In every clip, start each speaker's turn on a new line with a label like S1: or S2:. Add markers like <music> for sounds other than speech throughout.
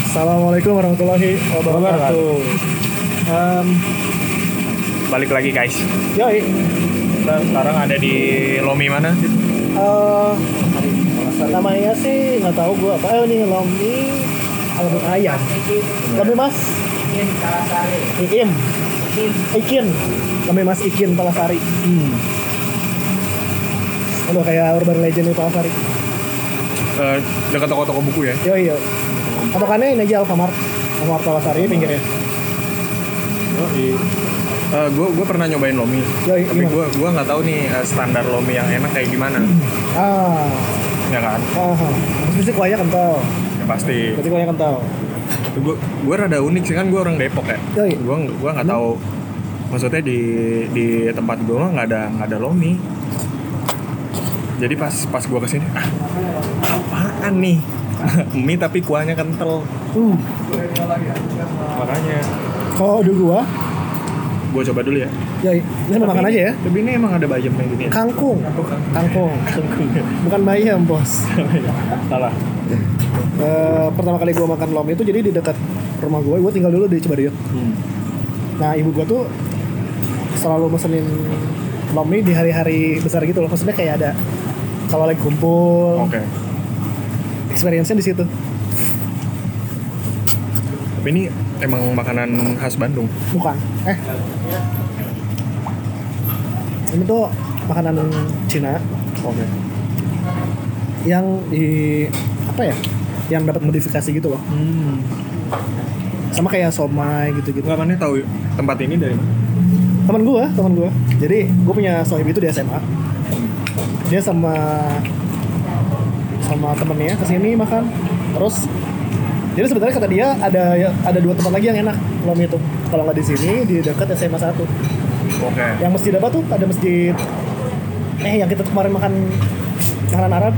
S1: Assalamualaikum warahmatullahi wabarakatuh. Em,
S2: Balik lagi guys.
S1: yoi,
S2: Kita sekarang ada di Lomi mana?
S1: eh, namanya sih nggak tahu gua apa. Eh, ini Lomi Alamun Ayam. Lomi Mas Ikim. Ikin. Lomi Mas Ikin Palasari. Hmm. Aduh kayak urban legend nih Palasari.
S2: Eh, dekat toko-toko buku ya.
S1: Yoi, yoi. Atau karena ini aja Alfamart. Alfamart Palasari pinggirnya.
S2: Eh, gue gue pernah nyobain Lomi.
S1: Yoi,
S2: Tapi
S1: gimana?
S2: gue gua nggak tahu nih eh, standar Lomi yang enak kayak gimana.
S1: Ah,
S2: Ya kan?
S1: ah, ah. Terus bisik kuahnya kental.
S2: Ya, pasti.
S1: Berarti kuahnya kental.
S2: Gue gue rada unik sih kan gue orang Depok ya.
S1: Yoi.
S2: Gue gua nggak tahu. Maksudnya di di tempat gue nggak ada nggak ada Lomi. Jadi pas pas gue kesini, ah, apaan nih? <laughs> Mie tapi kuahnya kental.
S1: Uh,
S2: Makanya
S1: kalau udah gua,
S2: gue coba dulu ya.
S1: ya ini sama makan aja ya.
S2: Tapi ini emang ada bayamnya gini ya?
S1: Kangkung,
S2: Bukan.
S1: kangkung,
S2: Kangkung. ya.
S1: bukan bayam bos.
S2: <laughs> Salah.
S1: Eh, pertama kali gua makan lom itu jadi di dekat rumah gua, gua tinggal dulu di Cibaduyut.
S2: Hmm.
S1: Nah ibu gua tuh selalu mesenin lom ini di hari-hari besar gitu loh. Maksudnya kayak ada kalau lagi kumpul,
S2: Oke.
S1: experience-nya di situ.
S2: Tapi ini emang makanan khas Bandung.
S1: Bukan, eh. Ini tuh makanan Cina
S2: Oke.
S1: yang di apa ya? Yang dapat modifikasi gitu loh.
S2: Hmm.
S1: sama kayak somai gitu-gitu
S2: Enggak mana tahu tempat ini dari mana?
S1: teman gue teman gue jadi gue punya sohib itu di SMA dia sama sama temennya kesini makan terus jadi sebenarnya kata dia ada ada dua tempat lagi yang enak lom itu kalau nggak di sini di dekat SMA 1
S2: Oke.
S1: yang masjid apa tuh ada masjid eh yang kita kemarin makan makanan Arab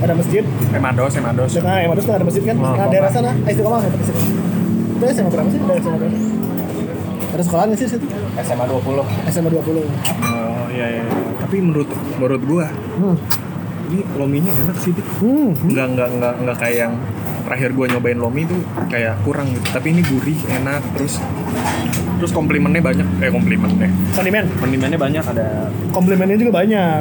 S1: ada masjid
S2: Emados, Emados.
S1: dekat nah, Emadus tuh ada masjid kan
S2: Oh,
S1: nah, daerah sana eh, istiqomah ya dekat situ itu SMA berapa sih daerah SMA berapa ada sekolah nggak sih di situ
S2: SMA 20. Oh
S1: SMA 20
S2: iya iya. Tapi menurut menurut gua
S1: hmm.
S2: ini lominya enak sih. Dit.
S1: Hmm.
S2: Enggak enggak enggak enggak kayak yang terakhir gua nyobain lomi itu kayak kurang gitu. Tapi ini gurih, enak, terus terus komplimennya banyak. Eh komplimennya.
S1: Kondimen.
S2: Komplimennya banyak ada
S1: Komplimennya juga banyak.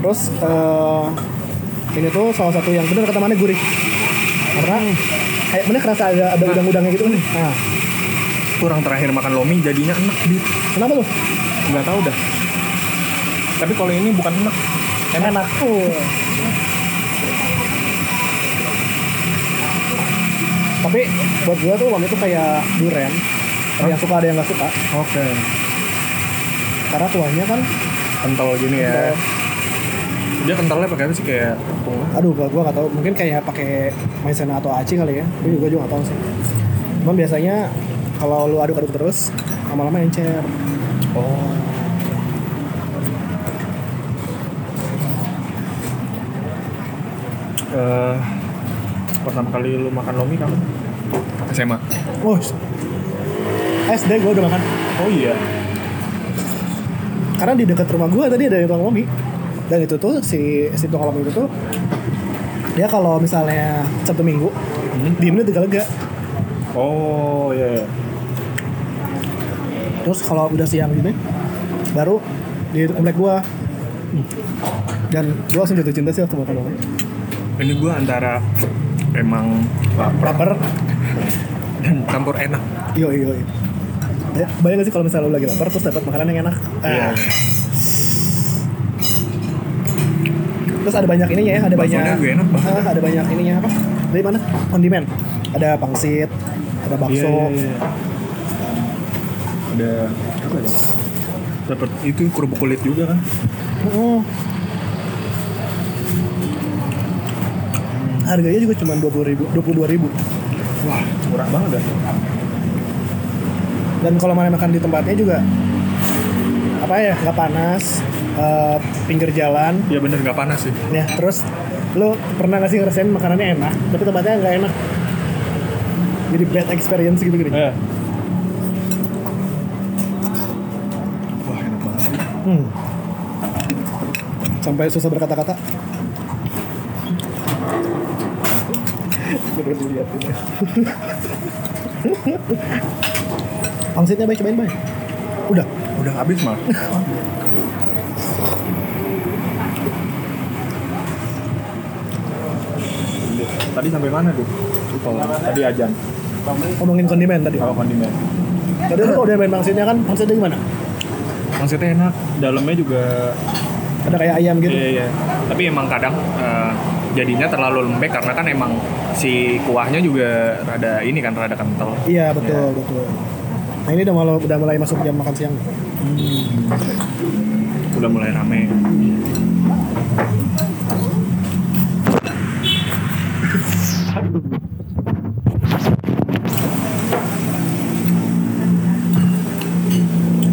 S1: Terus eh, ini tuh salah satu yang benar kata mana gurih.
S2: Hmm.
S1: Karena kayak bener kerasa ada ada udang-udangnya gitu nih. Nah,
S2: <laughs> kurang terakhir makan lomi jadinya enak dit
S1: kenapa tuh?
S2: nggak tahu dah tapi kalau ini bukan enak
S1: Enak. Uh. Tapi buat gua tuh wangi itu kayak durian. Ada yang suka ada yang nggak suka.
S2: oke
S1: Karena kuahnya kan,
S2: kental gini ya dia kentalnya pakai apa sih kayak tepung
S1: aduh gua gua nggak tahu. Mungkin kayak pakai maizena atau aci kali ya. Tapi gua juga nggak tahu sih. Cuman biasanya kalau lu aduk-aduk terus, lama-lama encer.
S2: oh Eh, pertama kali lu makan lomi kapan? SMA.
S1: Oh, SD gue eh, udah makan.
S2: Oh iya.
S1: Karena di dekat rumah gue tadi ada yang tukang lomi. Dan itu tuh si si tukang lomi itu tuh dia kalau misalnya Sabtu Minggu
S2: Hmm?
S1: diemnya tiga lega.
S2: Oh iya. iya.
S1: Terus kalau udah siang gini baru di komplek gue. Dan gue langsung jatuh cinta sih waktu makan lomi.
S2: Ini gua antara emang lapar
S1: Laper.
S2: dan campur enak.
S1: Iya iya iya. Ya, bayangin sih kalau misalnya lu lagi lapar terus dapat makanan yang enak.
S2: Iya.
S1: Ah. Terus ada banyak ininya ya, ada banyak.
S2: Baksonya juga enak banget.
S1: Ah, ada banyak ininya apa? Dari mana? Kondimen. Ada pangsit, ada bakso.
S2: Iya, Ada apa ya? Dapat itu kerupuk kulit juga kan?
S1: Mm. Harganya juga cuma dua puluh ribu, dua ribu.
S2: Wah, murah banget dah.
S1: Dan kalau mana makan di tempatnya juga apa ya? Nggak panas, eh, pinggir jalan.
S2: Iya bener nggak panas sih.
S1: Ya, terus lo pernah nggak sih ngerasain makanannya enak, tapi tempatnya nggak enak? Jadi bad experience gitu gitu.
S2: Iya. Wah, enak banget sih.
S1: Hmm. Sampai susah berkata-kata.
S2: Perlu dilihatin.
S1: <laughs> Pangsitnya baik cobain baik. Udah.
S2: Udah habis mah. Tadi sampai mana tuh? Lupa. Tadi ajan.
S1: Ngomongin kondimen tadi.
S2: Kalau kondimen.
S1: Tadi lu kalau udah main pangsitnya kan pangsitnya gimana?
S2: Maksudnya enak. Dalamnya juga
S1: Ada kayak ayam gitu.
S2: Iya iya. Tapi emang kadang eh, jadinya terlalu lembek karena kan emang si kuahnya juga rada ini kan rada kental.
S1: Iya betul betul. Nah ini udah mulai, udah mulai masuk jam makan siang.
S2: Udah mulai rame.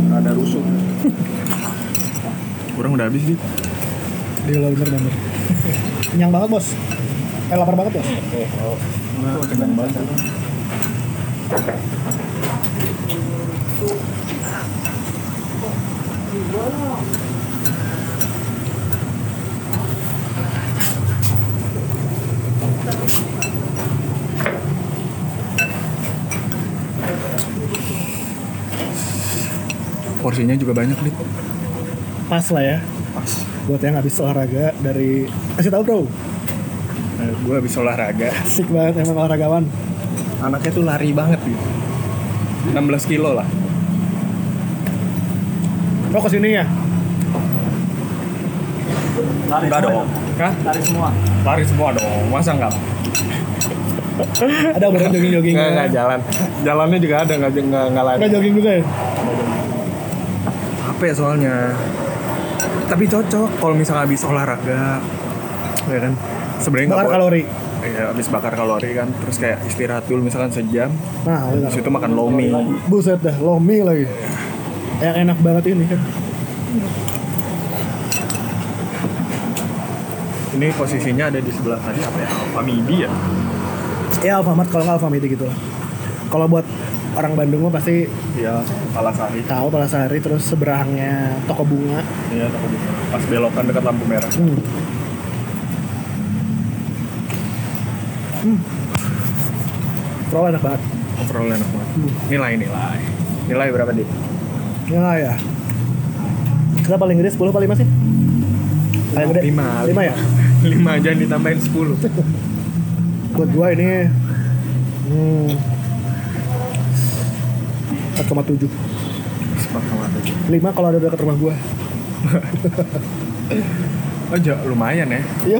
S2: Ada rusuh. Kurang udah habis nih.
S1: Iya bener bener. Kenyang banget bos. Eh lapar banget bos.
S2: Porsinya juga banyak nih.
S1: Pas lah ya.
S2: Pas.
S1: Buat yang habis olahraga dari kasih tahu bro.
S2: gue Eh, habis olahraga.
S1: Asik banget emang olahragawan.
S2: anaknya tuh lari banget gitu 16 kilo lah
S1: Oh kesini ya?
S3: Lari semua
S2: enggak dong Hah?
S3: ya? Lari semua.
S2: lari semua dong masa enggak
S1: Ada beneran jogging jogging.
S2: enggak enggak jalan jalannya juga ada enggak enggak, enggak lari
S1: Nggak jogging juga ya?
S2: capek ya soalnya tapi cocok kalau misalnya habis olahraga ya kan sebenarnya
S1: Bakar
S2: nggak
S1: kalori.
S2: boleh. iya habis bakar kalori kan terus kayak istirahat dulu misalkan sejam
S1: Nah,
S2: terus itu makan lomi
S1: Buset dah, lomi lagi. Yang enak banget ini kan.
S2: ini posisinya ada di sebelah tadi apa ya Alfamidi ya
S1: Ya Alfamart kalau nggak Alfamidi gitu lah. Kalau buat orang Bandung mah pasti
S2: iya Palasari
S1: tahu Palasari terus seberangnya toko bunga.
S2: iya toko bunga. pas belokan dekat lampu merah
S1: Hmm. Hmm. Roll enak banget.
S2: overall enak banget nilai nilai nilai berapa <laughs> deh
S1: Ya ya. Kita paling gede 10 paling masih? Paling gede
S2: Lima,
S1: 5 ya?
S2: 5 aja yang ditambahin 10
S1: Buat gua ini hmm, 4,7 5 kalau ada dekat rumah gua
S2: aja lumayan ya
S1: Iya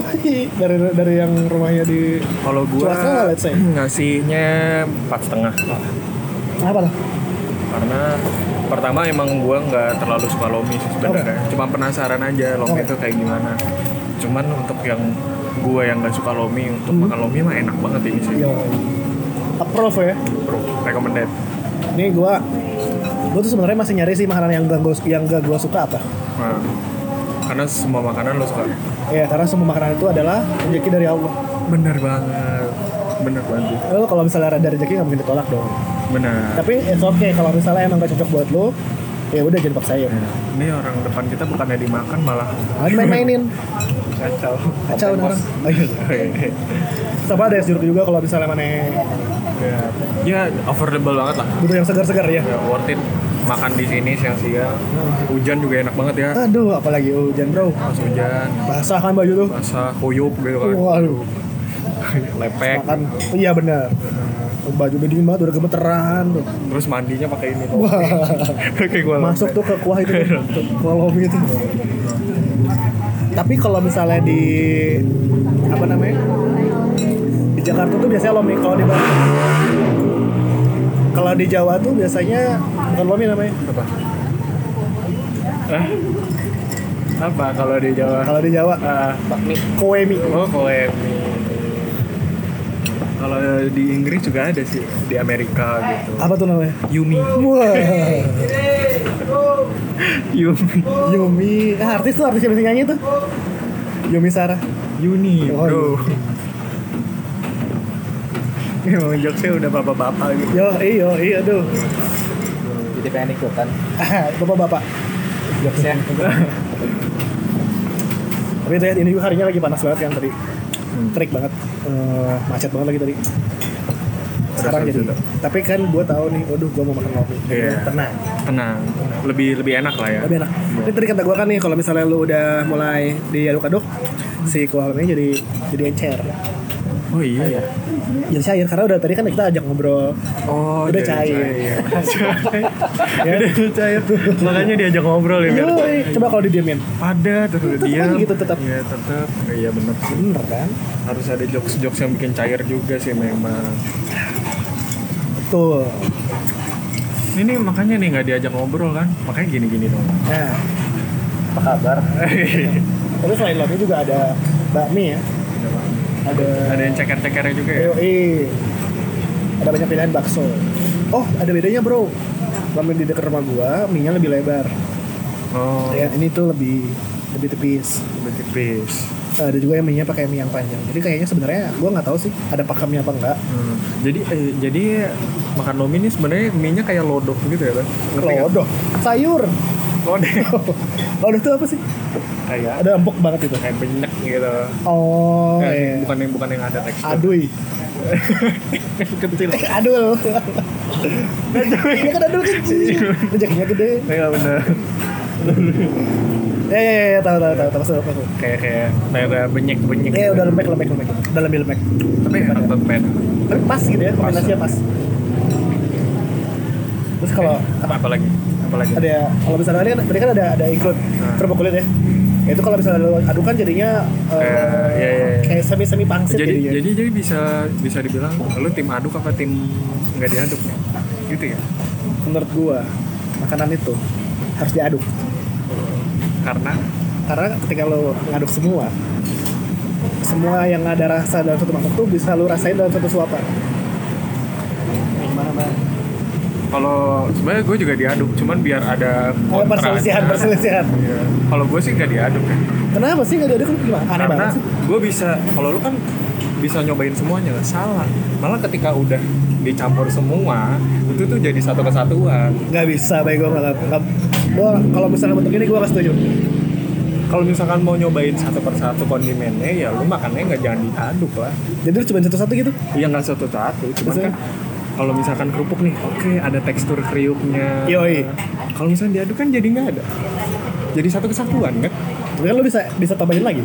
S1: dari dari yang rumahnya di
S2: kalau gua
S1: Cuaca, let's say.
S2: ngasihnya empat setengah
S1: apa lah?
S2: karena pertama emang gua nggak terlalu suka lomi sih sebenarnya cuma penasaran aja lomi
S1: Oke.
S2: itu kayak gimana cuman untuk yang gua yang nggak suka lomi untuk makan lomi mah enak banget ini sih
S1: Hmm. Iya. Approve ya.
S2: bro recommended
S1: Ini gua gua tuh sebenarnya masih nyari sih makanan yang gak gua, yang gak gua suka apa.
S2: nah, karena semua makanan lo suka
S1: Ya karena semua makanan itu adalah rezeki dari Allah.
S2: bener banget bener banget
S1: Lo kalau misalnya ada rezeki nggak mungkin ditolak dong.
S2: bener
S1: Tapi it's okay kalau misalnya emang gak cocok buat lo, ya udah jangan paksain.
S2: ini orang depan kita bukannya dimakan malah
S1: Jangan main-mainin.
S2: kacau
S1: Kacau nih
S2: <laughs>
S1: orang. Oh, iya. Sama ada es jeruk juga kalau misalnya mana Iya.
S2: ya, ya affordable banget lah
S1: butuh yang segar-segar ya.
S2: ya, worth it makan di sini siang-siang hujan juga enak banget ya
S1: Aduh, apalagi hujan bro.
S2: pas hujan
S1: Basah kan baju tuh.
S2: masa koyup gitu kan
S1: Waduh.
S2: lepek
S1: makan iya benar baju bedingin banget udah gemeteran tuh
S2: terus mandinya pakai ini tuh
S1: wah
S2: <laughs> kayak gua
S1: masuk tuh ke kuah itu tuh, ke kuah lomi itu tapi kalau misalnya di apa namanya di Jakarta tuh biasanya lomi kalau di Bali kalau di Jawa tuh biasanya bukan lomi namanya
S2: apa Hah? apa kalau di Jawa
S1: kalau di Jawa
S2: Ah, bakmi
S1: kue mie
S2: oh koe mie. kalau di Inggris juga ada sih di Amerika gitu
S1: apa tuh namanya
S2: Yumi
S1: wah
S2: Yumi
S1: Yumi ah, artis tuh artis yang biasa nyanyi tuh Yumi Sarah
S2: Yuni
S1: Oh,
S2: bro <laughs> Emang jokesnya udah bapak-bapak gitu
S1: yo iyo iyo aduh <laughs>
S3: Jadi pengen
S1: kan?
S3: ikutan.
S1: bapak-bapak
S3: Jokesnya.
S2: <laughs>
S1: Tapi lihat ini juga harinya lagi panas banget kan tadi.
S2: Hmm.
S1: terik banget Eh, macet banget lagi tadi sekarang
S2: Terus
S1: jadi
S2: udah.
S1: tapi kan gue tahu nih waduh gue mau makan lomi
S2: Iya.
S1: tenang
S2: tenang lebih lebih enak lah ya
S1: lebih enak ini tadi kata gue kan nih kalau misalnya lu udah mulai diaduk-aduk si kuah lominya jadi jadi encer
S2: oh iya ya
S1: jadi cair karena udah tadi kan kita ajak
S2: <laughs>
S1: ngobrol
S2: oh
S1: Udah
S2: dari
S1: cair. <laughs>
S2: cair.
S1: ya udah cair tuh
S2: makanya diajak ngobrol ya biar
S1: coba kalau didiemin
S2: ada terus udah
S1: Tetep aja
S2: diam
S1: gitu, tetep.
S2: iya tetap iya bener sih
S1: bener kan
S2: harus ada jokes jokes yang bikin cair juga sih memang
S1: tuh
S2: ini makanya nih nggak diajak ngobrol kan makanya gini gini dong
S1: nah
S3: Apa kabar?
S1: terus selain lomi juga ada bakmi ya ada
S2: <laughs> ada yang ceker cekernya juga ya
S1: Yoi. Ada banyak pilihan bakso. Oh, ada bedanya bro. Ramen di dekat rumah gua, mie-nya lebih lebar.
S2: oh
S1: Ya, ini tuh lebih lebih tipis.
S2: lebih tipis
S1: Ada juga yang mie-nya pakai mie yang panjang. Jadi kayaknya sebenarnya gua nggak tahu sih ada pakamnya apa enggak.
S2: Hmm. jadi eh, jadi makan lomi ini sebenarnya mie nya kayak lodok gitu ya kan
S1: Lodok, sayur.
S2: lodok
S1: Lodok tuh apa sih?
S2: <laughs> kayak
S1: Ada empuk banget itu.
S2: kayak benyek gitu
S1: Oh, iya.
S2: Eh, bukan yang bukan yang ada tekstur
S1: Adui.
S2: <laughs>
S1: Eh,
S2: kecil
S1: Adul. ini kan adul kecil. Rezekinya gede.
S2: Iya bener
S1: Ya, ya, ya, tahu tahu tahu tahu masuk, masuk.
S2: kayak kayak kayak benyek benyek gitu.
S1: Eh, udah lembek lembek lembek. Udah lebih lembek.
S2: tapi enak tetep enak
S1: tapi pas gitu ya kombinasinya pas terus kalau
S2: Eh, apa apa lagi apa lagi
S1: ada kalau misalnya ini kan tadi kan ada ada ikut
S2: Nah.
S1: kerupuk kulit ya Ya itu kalau misalnya lo aduk kan jadinya eh,
S2: Eh, iya, iya, iya.
S1: kayak semi semi pangsit
S2: jadi ya?
S1: jadinya.
S2: jadi jadi bisa bisa dibilang lu tim aduk apa tim nggak diaduk nih gitu ya
S1: menurut gua makanan itu harus diaduk
S2: karena
S1: karena ketika lo ngaduk semua semua yang ada rasa dalam satu mangkuk tuh bisa lo rasain dalam satu suapan gimana bang
S2: kalau sebenarnya gue juga diaduk cuman biar ada
S1: ada
S2: kontra
S1: perselisihan
S2: aja.
S1: perselisihan
S2: Iya. kalau gue sih nggak diaduk ya
S1: kenapa sih nggak diaduk lu gimana aneh
S2: karena
S1: banget sih
S2: gue bisa kalau lu kan bisa nyobain semuanya salah malah ketika udah dicampur semua itu tuh jadi satu kesatuan
S1: nggak bisa baik gue nggak nggak gue kalau misalnya bentuk ini gue nggak setuju
S2: kalau misalkan mau nyobain satu persatu kondimennya ya lu makannya nggak jangan diaduk lah
S1: jadi lu cuma satu-satu gitu
S2: Iya nggak satu satu, cuman
S1: Maksudnya?
S2: kan kalau misalkan kerupuk nih, oke ada tekstur kriuknya.
S1: Yoi.
S2: Kalau misalnya diaduk kan jadi nggak ada. Jadi satu kesatuan kan?
S1: tapi kan lu bisa bisa tambahin lagi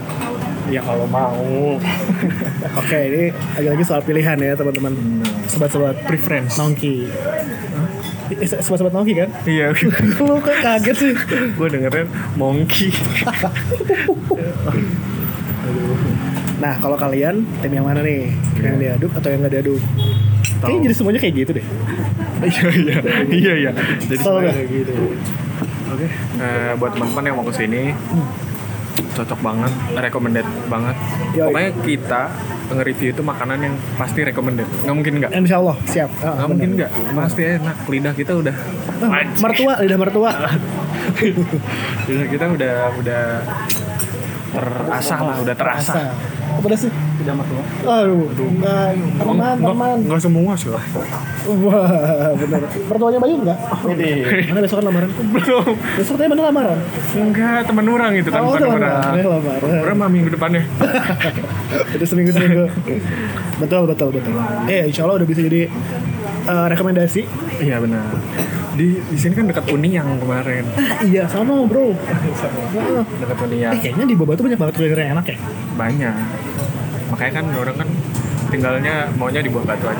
S2: Ya kalau mau.
S1: oke ini lagi-lagi soal pilihan ya teman-teman sobat-sobat
S2: Preference.
S1: nongki Eh, sobat-sobat nongki kan <laughs>
S2: Iya,
S1: lu kok kaget sih
S2: gue dengerin monkey.
S1: nah kalau kalian tim yang mana nih yang diaduk atau yang nggak diaduk
S2: Iya. Tahu.
S1: Kayaknya jadi semuanya kayak gitu deh
S2: Iya iya iya iya. Jadi
S1: Soal
S2: semuanya
S1: apa?
S2: kayak gitu. Oke, eh, buat teman-teman yang mau kesini cocok banget, recommended banget.
S1: Yoi.
S2: Pokoknya kita nge-review itu makanan yang pasti recommended. Nggak mungkin nggak.
S1: Insya Allah siap Ah,
S2: Nggak
S1: benar.
S2: mungkin nggak. Pasti enak. Lidah kita udah.
S1: Ah, mertua lidah
S2: <laughs>
S1: mertua
S2: Lidah kita udah udah terasah lah, udah terasah.
S1: Rasa. apa dah sih
S3: Tidak mertua.
S1: aduh enggak teman
S2: Nggak-
S1: teman
S2: nggak semua sih lah.
S1: Wah, bener. Mertuanya Bayu enggak?
S3: Ini.
S1: Mana besok kan lamaran?
S2: Belum.
S1: Besok tanya mana lamaran?
S2: Enggak, teman orang itu, teman
S1: Oh, teman
S2: orang. Iya,
S1: orang. lamaran.
S2: Orang mah minggu depannya.
S1: Udah seminggu-seminggu. betul, betul, betul. Eh, insya Allah udah bisa jadi eh, rekomendasi.
S2: Iya benar. Di di sini kan dekat Uni yang kemarin.
S1: Ah, iya, sama bro. Heeh.
S2: Dekat Uni yang
S1: eh, kayaknya di Boba tuh banyak banget kuliner yang enak ya.
S2: banyak. Makanya kan orang kan tinggalnya maunya di buah batu aja.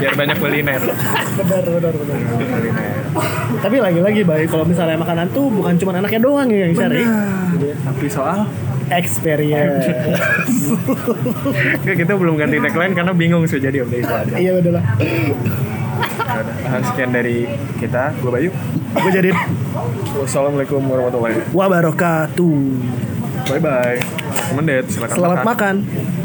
S2: Biar banyak kuliner.
S1: Benar, benar, benar.
S2: kuliner.
S1: Tapi lagi-lagi baik kalau misalnya makanan tuh bukan cuma enaknya doang ya, yang dicari.
S2: Benar. Tapi soal
S1: Experience.
S2: Nggak, kita belum ganti tagline karena bingung sih jadi udah itu aja.
S1: <laughs> iya, udah lah.
S2: Ya udah. Nah, Sekian dari kita, gue Bayu.
S1: Gue jadi
S2: Wassalamualaikum warahmatullahi
S1: wabarakatuh.
S2: Bye bye. Mendet, silakan
S1: Selamat
S2: makan.
S1: makan.